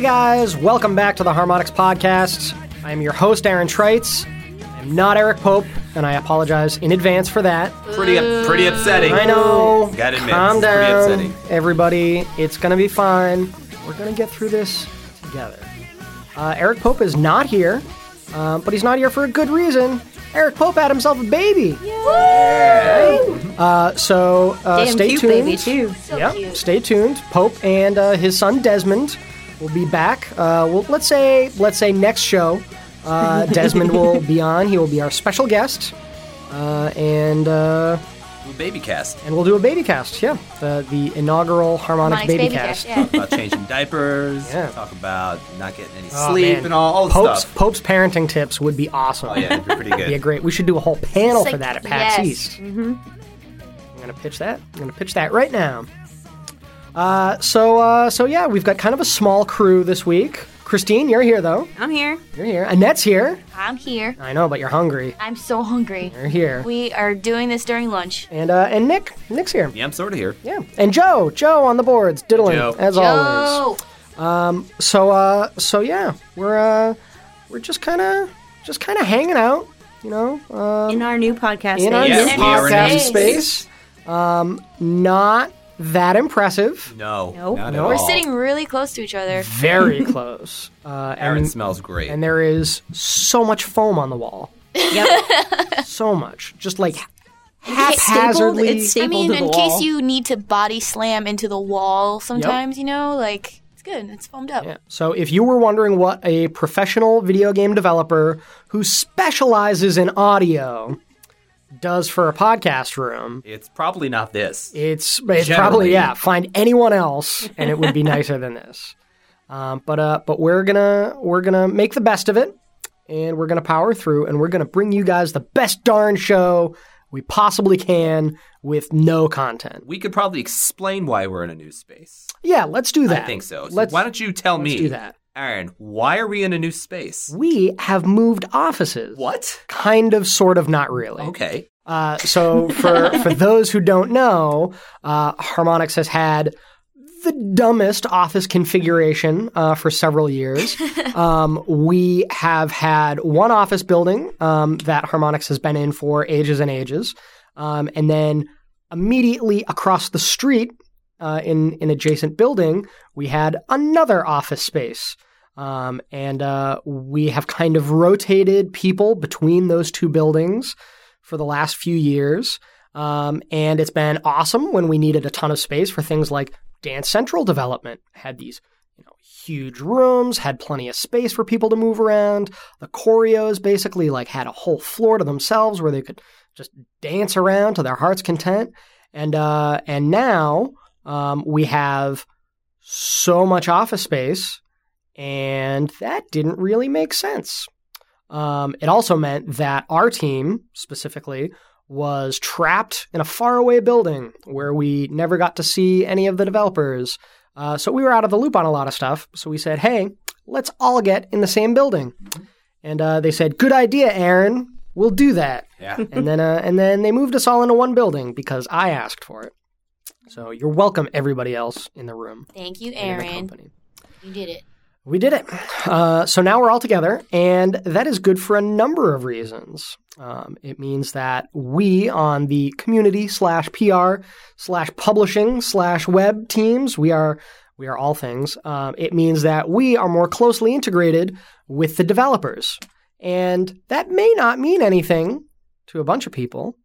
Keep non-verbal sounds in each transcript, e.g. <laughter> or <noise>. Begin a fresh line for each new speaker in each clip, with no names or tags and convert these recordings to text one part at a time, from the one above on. guys, welcome back to the Harmonics Podcast. I am your host, Aaron Trites. I'm not Eric Pope, and I apologize in advance for that.
Pretty, pretty upsetting.
I know.
Gotta admit,
Calm
it's pretty
down,
upsetting.
everybody. It's gonna be fine. We're gonna get through this together. Uh, Eric Pope is not here, um, but he's not here for a good reason. Eric Pope had himself a baby. Uh, so uh,
Damn
stay
cute
tuned.
baby too.
Yep. Stay tuned. Pope and uh, his son Desmond will be back. Uh, well, let's say let's say next show,
<laughs>
uh, Desmond will be on. He will be our special guest, uh, and uh, <laughs>
Baby cast.
and we'll do a baby cast. Yeah, the the inaugural harmonic,
Monic's
baby,
baby
cast.
cast. Yeah.
About changing diapers.
Yeah.
Talk about not getting any
Oh,
sleep
man.
and all, all the
Pope's
stuff.
Pope's parenting tips would be awesome.
Oh yeah, it'd
<laughs>
be pretty
be a
good.
great. We should do a whole panel for
Like,
that at PAX
yes.
East. Mm-hmm. I'm gonna pitch that. I'm gonna pitch that right now. Uh, so uh, so yeah, we've got kind of a small crew this week. Christine, you're here though.
I'm here.
You're here. Annette's here.
I'm here.
I know, but you're hungry.
I'm
<laughs>
so hungry.
You're here.
We are doing this during lunch.
And uh, and Nick, Nick's here.
yeah, I'm sort of here.
Yeah. And Joe, Joe on the boards, diddling
Joe.
as always.
Joe,
So uh so yeah, we're uh we're just kind of just kind of hanging out, you know. Um,
in our new podcast.
in our
space.
Yes,
new
we are in our
podcast
space.
space. Um, not that impressive.
No,
Nope.
not
No.
at
We're
all.
sitting really close to each
<laughs>
other.
Very close. Uh,
Aaron
and,
smells great.
and there is so much foam on the wall.
Yep.
<laughs> So much. Just like
Stapled,
haphazardly.
it's
I
stapled
mean,
to the
in
wall.
case you need to body slam into the wall sometimes, you know, like it's good. It's foamed up.
Yeah. So if you were wondering what a professional video game developer who specializes in audio does for a podcast room,
it's probably not this.
it's, it's probably
Generally.
yeah. Find anyone else, and it
<laughs>
would be nicer than this. Um, but uh, but we're gonna we're gonna make the best of it, and we're gonna power through, and we're gonna bring you guys the best darn show we possibly can with no content.
We could probably explain why we're in a new space.
Yeah, let's do that.
I think so. so
let's
why don't you tell me,
do that.
Aaron? Why are we in a new space?
we have moved offices.
What?
Kind of, sort of, not really.
Okay.
Uh, so for for those who don't know, uh, Harmonix has had the dumbest office configuration uh, for several years. Um, we have had one office building um, that Harmonix has been in for ages and ages, um, and then immediately across the street uh, in an adjacent building, we had another office space. Um, and uh, we have kind of rotated people between those two buildings for the last few years. Um, and it's been awesome when we needed a ton of space for things like Dance Central development. Had these you know, huge rooms, had plenty of space for people to move around. The choreos basically like had a whole floor to themselves where they could just dance around to their heart's content. And uh, and now um, we have so much office space, and that didn't really make sense. Um, it also meant that our team specifically was trapped in a faraway building where we never got to see any of the developers. Uh, so we were out of the loop on a lot of stuff. So we said, hey, let's all get in the same building. And uh, they said, good idea, Aaron. We'll do that.
Yeah.
<laughs> and then uh, and then they moved us all into one building because I asked for it. So you're welcome, everybody else in the room.
Thank you,
and in the
Aaron.
company.
You did it.
We did it. Uh, so now we're all together, and that is good for a number of reasons. Um, it means that we on the community slash PR slash publishing slash web teams, we are we are all things. Um, it means that we are more closely integrated with the developers, and that may not mean anything to a bunch of people.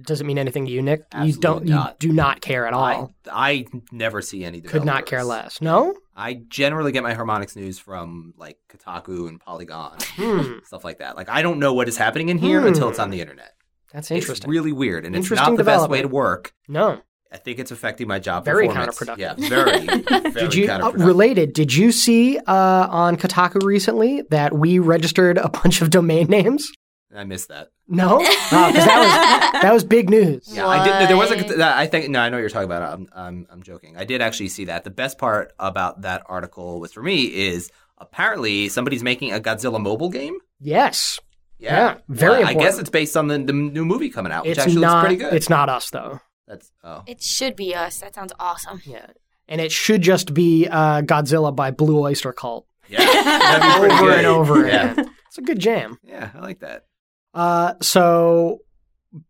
Doesn't mean anything to you, Nick. you
Absolutely
don't.
not.
You do not care at
I,
all.
I never see any.
Could not care
developers.
less. No.
I generally get my harmonics news from like Kotaku and Polygon,
Hmm.
stuff like that. Like I don't know what is happening in here
Hmm.
until it's on the internet.
That's
It's
interesting.
really weird, and it's
Interesting
not the best way to
development.
work.
no.
I think it's affecting my job.
Very
performance.
counterproductive.
Yeah, very.
<laughs>
very
Did you uh,
counterproductive.
related? Did you see uh, on Kotaku recently that we registered a <laughs> bunch of domain names?
I missed that.
No, Oh, 'cause that was that was big news.
Yeah, I did. There was
What?
a. that- I think no, I know what you're talking about. I'm, I'm, I'm joking. I did actually see that. The best part about that article was for me is apparently somebody's making a Godzilla mobile game.
Yes, Yeah, very
Well, I guess
important.
it's based on the, the new movie coming out, which
it's
actually
not.
looks pretty
<laughs>
good.
It's not us though.
That's oh.
It should be us. That sounds awesome.
Yeah, and it should just be uh, Godzilla by Blue Oyster Cult
Yeah. That'd be pretty
over
good.
and over
Yeah.
again. It's a good jam.
Yeah, I like that.
Uh, so,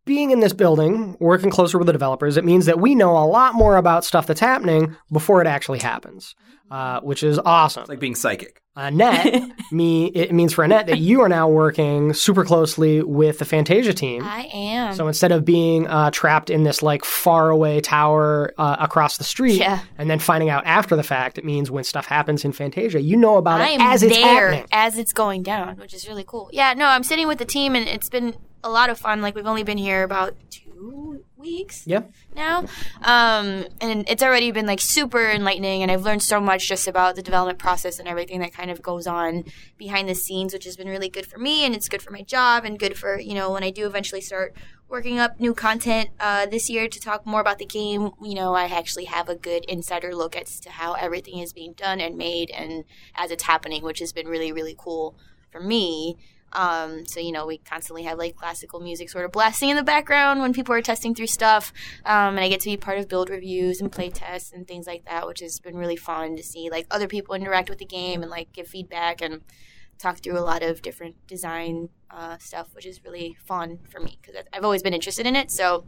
being in this building, working closer with the developers, it means that we know a lot more about stuff that's happening before it actually happens, uh, which is awesome.
It's like being psychic.
<laughs>
Annette, Uh, me, it means for Annette that you are now working super closely with the Fantasia team.
I am.
Hmm? So instead of being uh, trapped in this like faraway tower uh, across the street,
Yeah.
and then finding out after the fact, it means when stuff happens in Fantasia, you know about
I
it
am
as
there
it's happening.
as it's going down, which is really cool. Yeah, no, I'm sitting with the team, and it's been a lot of fun. Like we've only been here about two weeks
Yeah.
now, um, and it's already been like super enlightening. And I've learned so much just about the development process and everything that kind of goes on behind the scenes, which has been really good for me, and it's good for my job, and good for you know when I do eventually start working up new content uh, this year to talk more about the game. You know, I actually have a good insider look as to how everything is being done and made and as it's happening, which has been really, really cool for me. Um, so you know, we constantly have like classical music sort of blasting in the background when people are testing through stuff, um, and I get to be part of build reviews and play tests and things like that, which has been really fun to see like other people interact with the game and like give feedback and talk through a lot of different design uh, stuff, which is really fun for me because I've always been interested in it. So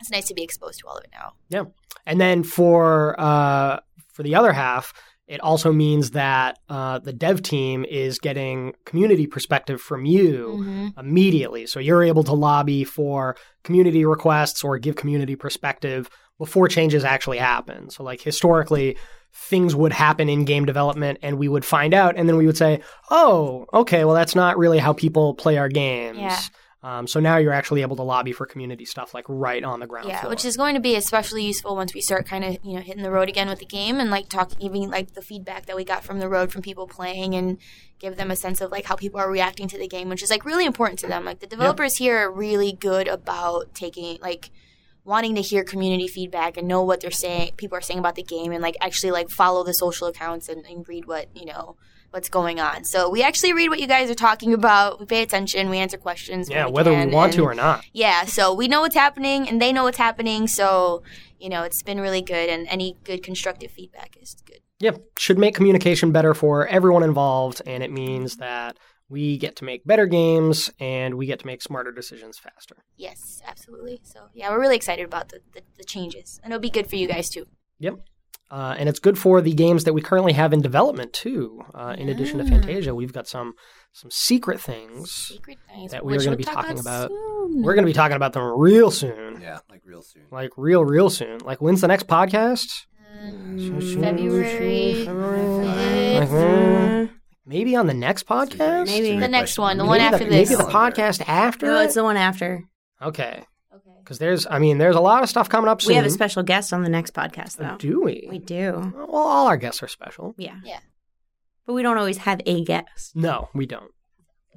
it's nice to be exposed to all of it now.
And then for uh, for the other half, it also means that uh, the dev team is getting community perspective from you. immediately. So you're able to lobby for community requests or give community perspective before changes actually happen. So, like historically, things would happen in game development and we would find out, and then we would say, oh, okay, well, that's not really how people play our games.
Yeah.
Um, so now you're actually able to lobby for community stuff like right on the ground
yeah,
floor.
which is going to be especially useful once we start kind of you know hitting the road again with the game and like talking even like the feedback that we got from the road from people playing and give them a sense of like how people are reacting to the game, which is like really important to them. Like the developers here are really good about taking like wanting to hear community feedback and know what they're saying people are saying about the game and like actually like follow the social accounts and, and read what you know what's going on so we actually read what you guys are talking about we pay attention we answer questions
yeah, whether we want to or not.
yeah, so we know what's happening and they know what's happening. So, you know, it's been really good and any good constructive feedback is good.
Yeah, should make communication better for everyone involved, and it means that we get to make better games and we get to make smarter decisions faster.
Yes, absolutely. So, yeah, we're really excited about the, the, the changes and it'll be good for you guys too.
Uh, and it's good for the games that we currently have in development too. Uh, in addition to
Ah.
Fantasia, we've got some some secret things.
Secret things
That we are
which
gonna
we'll
be
talk
talking about-
soon.
We're going to be talking about them real soon,
Yeah, like real soon.
like real, real soon. Like when's the next podcast?
Um, February.
Like, <laughs>
Uh,
mm, maybe on the next podcast.
Maybe.
The next one, the
Maybe
one after
maybe
this.
the podcast after.
No,
it?
it's the one after.
okay,
Okay.
because there's, I mean, there's a lot of stuff coming up soon.
We have a special guest on the next podcast,
Oh,
though.
Do we?
We do.
Well, all our guests are special.
Yeah.
Yeah.
But we don't always have a guest.
No, we don't.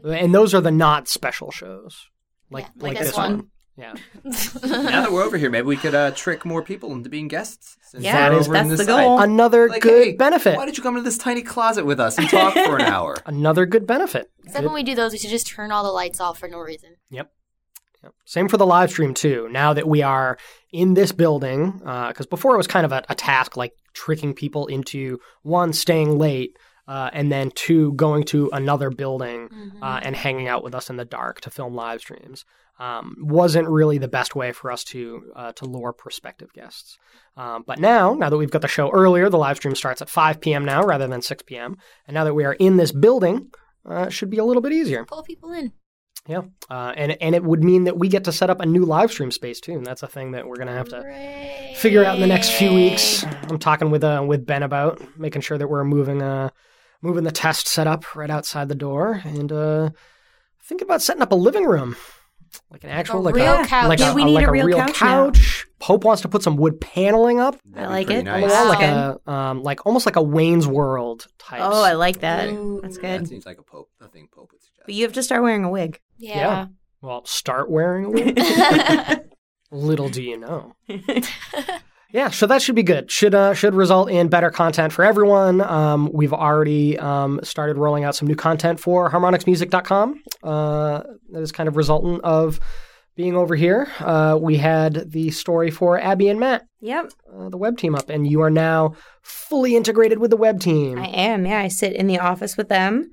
And those are the not special shows, like
Yeah,
like,
like this
one.
one.
Yeah.
<laughs>
Now that we're over here, maybe we could uh, trick more people into being guests. Since
Yeah,
we're
that is-
over in
that's
this
the
side.
goal.
Another
Like,
good
hey,
benefit.
Why did you come into this tiny closet with us and talk for
<laughs>
an hour?
Another good benefit.
Except
Good-
when we do those, we should just turn all the lights off for no reason.
yep. Same for the live stream too. Now that we are in this building, because before it was kind of a, a task like tricking people into one staying late, uh, and then two going to another building uh, and hanging out with us in the dark to film live streams. Um, wasn't really the best way for us to uh, to lure prospective guests. Um, but now, now that we've got the show earlier, the live stream starts at 5 p.m. now rather than 6 p.m. And now that we are in this building, uh, it should be a little bit easier.
Pull people in.
Yeah, uh, and and it would mean that we get to set up a new live stream space too, and that's a thing that we're gonna have to
Hooray.
figure out in the next few weeks. I'm talking with uh, with Ben about making sure that we're moving uh moving the test setup right outside the door, and uh, think about setting up a living room, like an actual like
real
a
couch.
like
Yeah,
a,
we
a-
need
like
a real couch
Pope wants to put some wood paneling up,
That'd be
like
pretty
it.
Nice.
Well,
Wow.
like a um like almost like a Wayne's World type.
Oh, I like that.
Ooh.
That's
That
good.
seems like a pope. Nothing pope would suggest.
But you have to start wearing a wig.
Yeah.
well, start wearing a wig. Little do you know. Yeah, so that should be good. Should uh, should result in better content for everyone. Um, we've already um, started rolling out some new content for harmonicsmusic.com. Uh, that is kind of resultant of being over here. Uh, we had the story for Abby and Matt,
Yep.
uh, the web team up, and you are now fully integrated with the web team.
I am. Yeah, I sit in the office with them.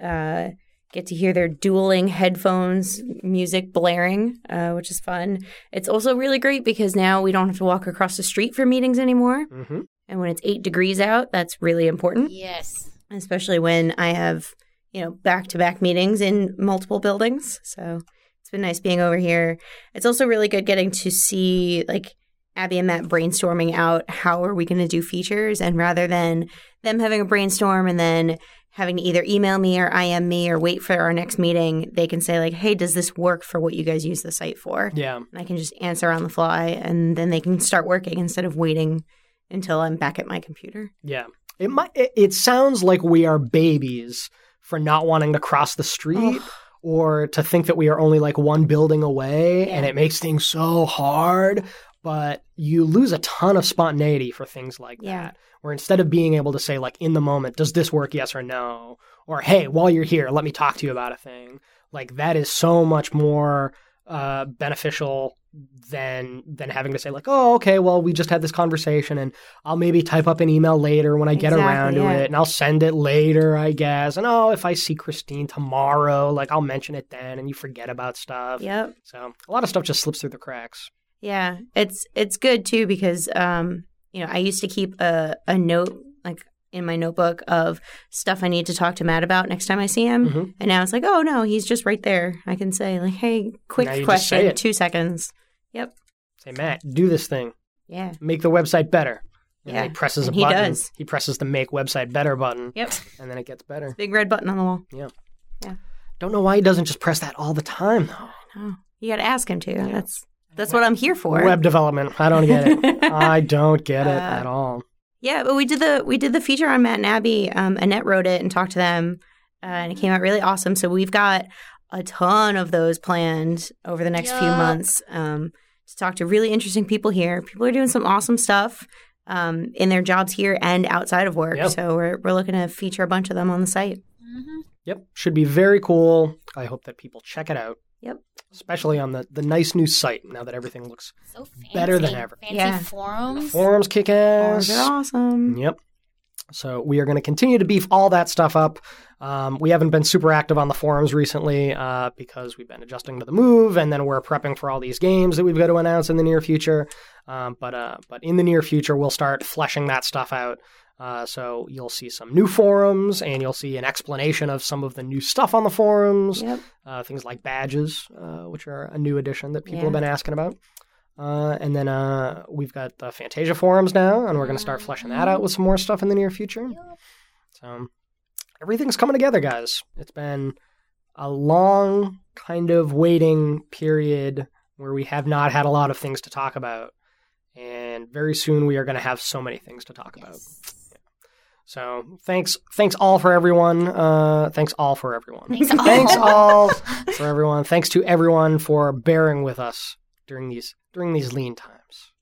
Uh, get to hear their dueling headphones, music blaring, uh, which is fun. It's also really great because now we don't have to walk across the street for meetings anymore.
hmm
And when it's eight degrees out, that's really important,
Yes.
especially when I have you know back to back meetings in multiple buildings. So it's been nice being over here. It's also really good getting to see like Abby and Matt brainstorming out how are we going to do features, and rather than them having a brainstorm and then having to either email me or IM me or wait for our next meeting, they can say like, "Hey, does this work for what you guys use the site for?"
Yeah.
And I can just answer on the fly, and then they can start working instead of waiting until I'm back at my computer.
Yeah. It might. It, it sounds like we are babies for not wanting to cross the street. Or to think that we are only like one building away, and
Yeah.
it makes things so hard. But you lose a ton of spontaneity for things like
Yeah.
that, where instead of being able to say like in the moment, does this work, yes or no, or hey, while you're here, let me talk to you about a thing. Like that is so much more uh, beneficial than than having to say like, oh, okay, well, we just had this conversation, and I'll maybe type up an email later when I get
Exactly,
around to
yeah.
it, and I'll send it later, I guess. And oh, if I see Christine tomorrow, like I'll mention it then, and you forget about stuff.
Yep.
So a lot of stuff just slips through the cracks.
Yeah, it's it's good too because um, you know I used to keep a a note like in my notebook of stuff I need to talk to Matt about next time I see him,
Mhm.
and now it's like, oh no, he's just right there. I can say like, hey,
Now
quick
you just say
question,
it.
two seconds.
Say, Matt, do this thing,
Yeah.
make the website better. And
Yeah,
he presses
and
a
he
button.
does.
He presses the make website better button,
Yep.
and then it gets better.
Big red button on the wall.
Don't know why he doesn't just press that all the time though.
Oh, You got to ask him to. That's that's what I'm here for.
Web development. I don't get it.
<laughs>
I don't get it at all.
Yeah, but we did the we did the feature on Matt and Abby. Um, Annette wrote it and talked to them, uh, and it came out really awesome. So we've got a ton of those planned over the next few
Yup.
months um, to talk to really interesting people here. People are doing some awesome stuff um, in their jobs here and outside of work.
Yep.
So we're we're looking to feature a bunch of them on the site.
Mm-hmm.
Yep. Should be very cool. I hope that people check it out.
Yep.
Especially on the, the nice new site now that everything looks
So fancy.
Better than ever.
Fancy
Yeah.
forums.
forums kick
Forums
ass.
are awesome.
Yep. So we are going to continue to beef all that stuff up. Um, we haven't been super active on the forums recently uh, because we've been adjusting to the move, and then we're prepping for all these games that we've got to announce in the near future. Um, but uh, but in the near future, we'll start fleshing that stuff out. Uh, so you'll see some new forums, and you'll see an explanation of some of the new stuff on the forums
Yep. <laughs>
uh, things like badges, uh, which are a new addition that people
Yeah.
have been asking about. Uh, and then uh, we've got the Fantasia forums now, and we're going to start fleshing that out with some more stuff in the near future. So everything's coming together, guys. It's been a long kind of waiting period where we have not had a lot of things to talk about. And very soon we are going to have so many things to talk about. So thanks, thanks all for everyone. Uh, thanks all for everyone.
Thanks
<laughs>
all. <laughs>
thanks all for everyone. Thanks to everyone for bearing with us during these during these lean times.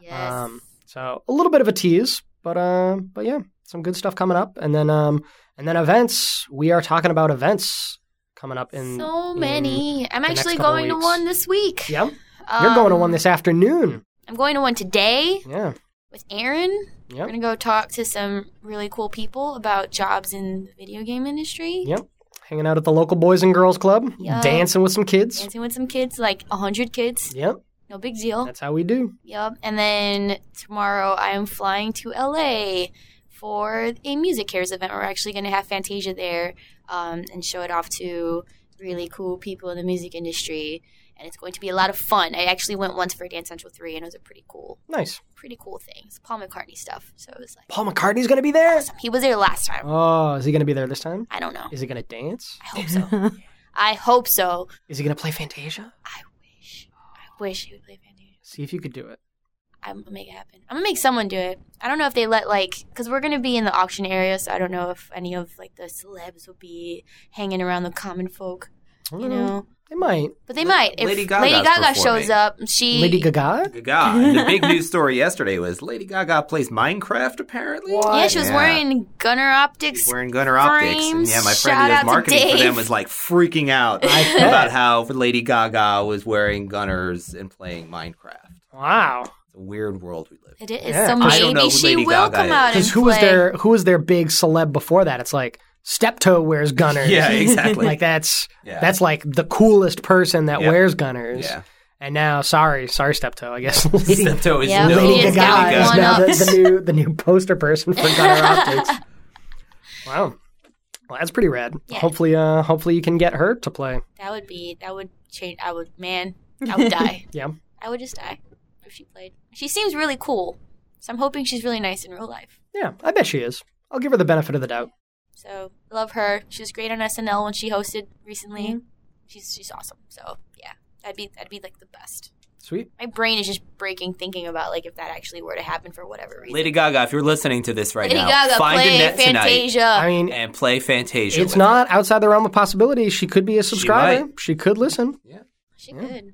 Yes.
Um, so a little bit of a tease, but uh, but yeah, some good stuff coming up, and then um, and then events. We are talking about events coming up in
so
in-
many. I'm
next
actually
couple
going to
weeks.
one this week.
yeah, you're going to
Um,
one this afternoon.
I'm going to one today
Yeah,
with Aaron.
yeah,
We're gonna go talk to some really cool people about jobs in the video game industry.
yeah. Hanging out at the local boys and girls club,
Yeah.
dancing with some kids.
Dancing with some kids, like hundred kids,
Yep,
no big deal.
that's how we do.
Yep. And then tomorrow I am flying to LA for a music cares event. We're actually gonna have Fantasia there um, and show it off to really cool people in the music industry. And it's going to be a lot of fun. I actually went once for Dance Central three, and it was a pretty cool,
Nice.
pretty cool thing. It's Paul McCartney stuff, so it was like
Paul McCartney's going to be there.
awesome. He was there last time.
Oh, is he going to be there this time?
I don't know.
Is he going to dance?
I hope
<laughs>
so. I hope so.
Is he going to play Fantasia?
I wish. I wish he would play Fantasia.
See if you could do it.
I'm gonna make it happen. I'm gonna make someone do it. I don't know if they let like, cause we're gonna be in the auction area, so I don't know if any of like the celebs will be hanging around the common folk.
I don't
You
know.
know,
They might.
But they
La-
might. If
Mm-hmm. Lady
Lady
Gaga's
Gaga, shows
performing.
up, she
Lady Gaga?
Gaga. And the big news story yesterday was Lady Gaga plays Minecraft. Apparently,
What?
Yeah, she was
Yeah.
wearing Gunner Optics.
She's wearing Gunner Optics. And
frames.
yeah, my friend
Shout
who
out
does
to
marketing for
Dave.
them was like freaking out
I bet.
about how Lady Gaga was wearing Gunners and playing Minecraft.
Wow.
It's a weird world we live in.
It is.
Yeah.
So
I don't know
maybe
who
she
Lady
will
Gaga
come
is.
out and
Because who
play.
was their who was their big celeb before that? It's like Steptoe wears Gunners.
Yeah,
<laughs>
exactly.
like that's
Yeah.
that's like the coolest person that
Yeah.
wears Gunners.
yeah.
And now, sorry, sorry, Steptoe. I guess Lady,
Steptoe is
Yeah,
no
Lady
Lady
Gaga
Gaga
is
is now the,
one-upped.
the new the new poster person for Gunner
<laughs>
Optics. Wow. Well, that's pretty rad.
Yeah.
Hopefully, uh, hopefully you can get her to play.
That would be. That would change. I would. Man,
<laughs>
I would die.
Yeah.
I would just die if she played. She seems really cool, so I'm hoping she's really nice in real life.
Yeah, I bet she is. I'll give her the benefit of the doubt.
So love her. She was great on SNL when she hosted recently.
Mm-hmm.
She's she's awesome. So yeah, that'd be that'd be like the best.
Sweet.
My brain is just breaking thinking about like if that actually were to happen for whatever reason.
Lady Gaga, if you're listening to this right
Lady
now,
Gaga
find a
play
net tonight
Fantasia.
I mean,
and play Fantasia.
it's
with
not outside the realm of possibility. She could be a subscriber.
might.
She, could listen.
she
Yeah.
could.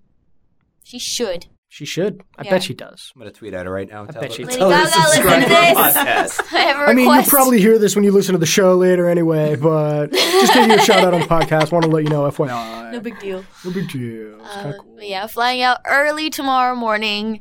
She should.
She should. I
Yeah.
bet she does.
I'm gonna tweet at her right now. And
I
tell
bet
her,
she-
Lady
tell her
Gaga,
to subscribe
listen to
to our
this.
podcast.
<laughs> I have a
I mean,
request.
you'll probably hear this when you listen to the show later anyway, but just give you a shout out on the podcast. Want to let you know, FYI.
no
<laughs>
big deal.
No big deal. It's
Uh,
kinda cool.
but yeah, flying out early tomorrow morning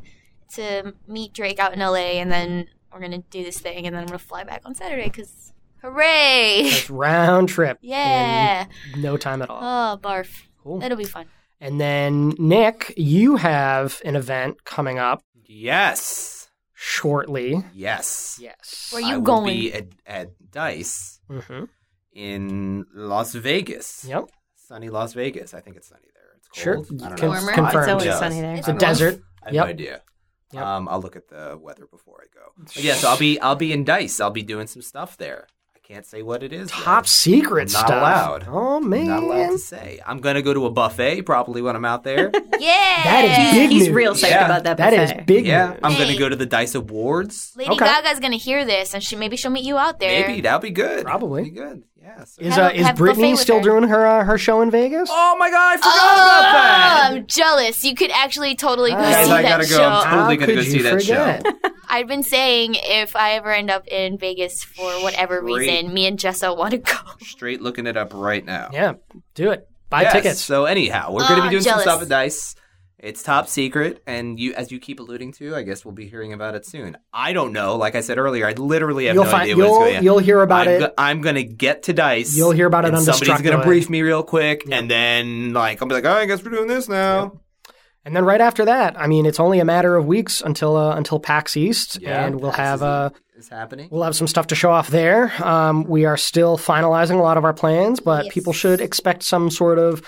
to meet Drake out in LA, and then we're gonna do this thing, and then I'm gonna fly back on Saturday because hooray! <laughs>
That's round trip. in
yeah.
No time at all.
Oh, barf.
Cool.
It'll be fun.
And then, Nick, you have an event coming up
Yes,
shortly.
yes.
Yes.
Where
I
you
will
going?
be at, at Dice
hmm
in Las Vegas.
Yep.
sunny Las Vegas. I think it's sunny there. It's
Sure.
cold. I
Con-
don't know.
Warmer.
confirmed.
It's always
Yes.
sunny there.
It's
It's a
I don't
desert.
I have
Yep.
no idea.
Yep.
Um, I'll look at the weather before I go. But yeah, so I'll be I'll be in Dice. I'll be doing some stuff there. I can't say what it is. though.
Top secret
Not
stuff.
allowed.
Oh, man.
Not allowed to say. I'm gonna go to a buffet probably when I'm out there.
Yeah.
That is big
He's
news.
real psyched
Yeah.
about that
That
buffet.
is <laughs> big
yeah,
news.
I'm
Hey.
gonna go to the Dice Awards.
Lady
Okay.
Gaga's gonna hear this, and she maybe she'll meet you out there.
Maybe that'll be good.
Probably.
Be good. Yeah. so-
Is, uh,
Have a-
is
have buffet
Brittany
with
still
her.
doing her uh, her show in Vegas?
oh my god! I forgot about
Oh,
that.
I'm jealous. You could actually totally go
Guys,
see
I
that
gotta go.
show.
I'm
How
totally gonna
could
go
you
see that show.
forget?
I've been saying if I ever end up in Vegas for whatever
Great.
reason, me and Jessa want to go.
Straight looking it up right now.
Yeah, do it. Buy
Yes,
tickets.
So anyhow, we're going to
Ah,
be doing
jealous.
some stuff at Dice. It's top secret, and you, as you keep alluding to, I guess we'll be hearing about it soon. I don't know. Like I said earlier, I literally have
You'll
no
find
idea
you'll
what's going on.
you'll hear about
I'm
it.
go- I'm going to get to Dice.
You'll hear about it
and
on
Somebody's going
Destructoid.
to brief me real quick,
Yeah.
and then like I'll be like, oh, I guess we're doing this now.
And then right after that, I mean, it's only a matter of weeks until uh, until PAX East,
Yeah,
and we'll
PAX
have
is-
uh,
Is happening.
we'll have some stuff to show off there. Um, we are still finalizing a lot of our plans, but
Yes.
people should expect some sort of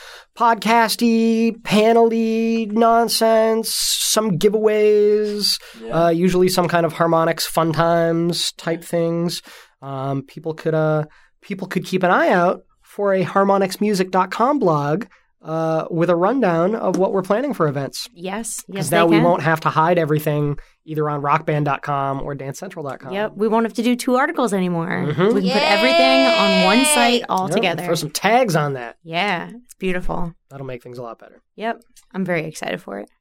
podcasty, panely nonsense, some giveaways, uh, usually some kind of harmonics, fun times type things. Um, people could uh, people could keep an eye out for a harmonicsmusic.com blog. Uh, with a rundown of what we're planning for events.
Yes, yes,
Because
they
now we
can.
won't have to hide everything either on rockband.com or dancecentral.com.
Yep, we won't have to do two articles anymore.
Mhm.
We can put everything on one site all
Yep,
together.
Throw some tags on that.
Yeah, it's beautiful.
That'll make things a lot better.
Yep, I'm very excited for it.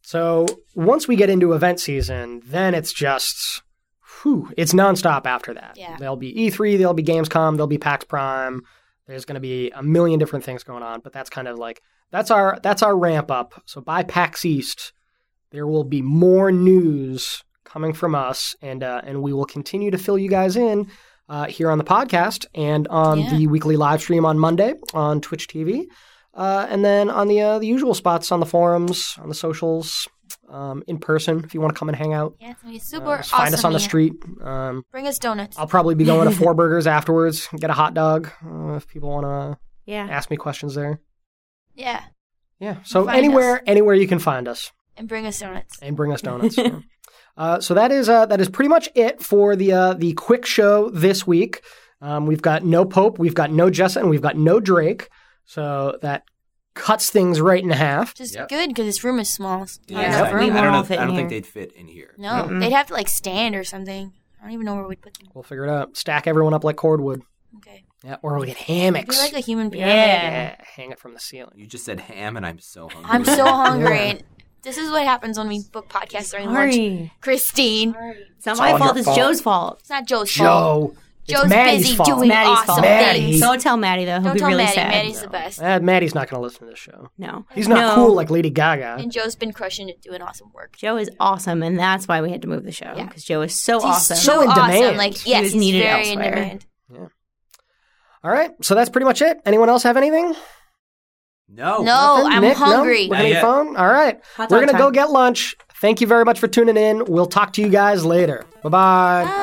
So once we get into event season, then it's just, whew, it's nonstop after that.
Yeah.
There'll be E3, there'll be Gamescom, there'll be PAX Prime. There's going to be a million different things going on, but that's kind of like that's our that's our ramp up. So by PAX East, there will be more news coming from us, and uh, and we will continue to fill you guys in uh, here on the podcast and on
Yeah.
the weekly live stream on Monday on Twitch TV, uh, and then on the uh, the usual spots on the forums, on the socials, um, in person if you want to come and hang out.
Yeah, it's gonna be
Uh,
super
just
awesome.
find us on the
here.
street. Um,
Bring us donuts.
I'll probably be going to
<laughs>
Four Burgers afterwards, get a hot dog uh, if people want to
Yeah,
ask me questions there.
yeah,
Yeah. So
Find
anywhere,
us.
anywhere you can find us
and bring us donuts.
and bring us
<laughs>
donuts. Yeah. Uh, so that is uh, that is pretty much it for the uh, the quick show this week. Um, we've got no Pope, we've got no Jessa, and we've got no Drake. So that cuts things right in half.
Just
Yep.
good because this room is small.
Yeah,
Yeah,
exactly.
room
I
won't
don't,
all
know,
fit
I
in
don't think
here.
they'd fit in here.
No,
Mm-mm.
they'd have to like stand or something. I don't even know where we'd put them.
We'll figure it out. Stack everyone up like cordwood.
Okay.
Yeah, or we get
It'd be
hammocks.
like a human pyramid.
yeah, hang it from the ceiling.
You just said ham, and I'm so hungry. <laughs>
I'm so hungry.
Yeah.
This is what happens when we book podcasts during lunch. Christine,
It's not
It's
my
all
fault.
your
It's
fault.
Joe's fault.
it's not Joe's fault.
Joe,
Joe's
it's Maddie's
busy
fault.
doing
Maddie's
awesome
fault.
Maddie.
things.
Don't tell Maddie though. He'll
Don't
be
tell
really
Maddie.
sad.
Maddie's the best.
Eh, Maddie's not going to listen to this show.
No,
He's not
No.
cool like Lady Gaga.
And Joe's been crushing it, doing awesome work.
Joe is awesome, and that's why we had to move the show
Yeah.
because Joe is so
He's
awesome.
so in
awesome.
demand.
Like
He
yes,
was
he's
needed
very in
elsewhere.
demand.
All right, so that's pretty much it. Anyone else have anything?
no.
No. Oh,
Nothing?
I'm
Nick, no?
hungry.
We're gonna
Not
eat
yet.
phone. All right,
Hot
we're
dog
gonna go
time.
get lunch. Thank you very much for tuning in. We'll talk to you guys later. Bye bye.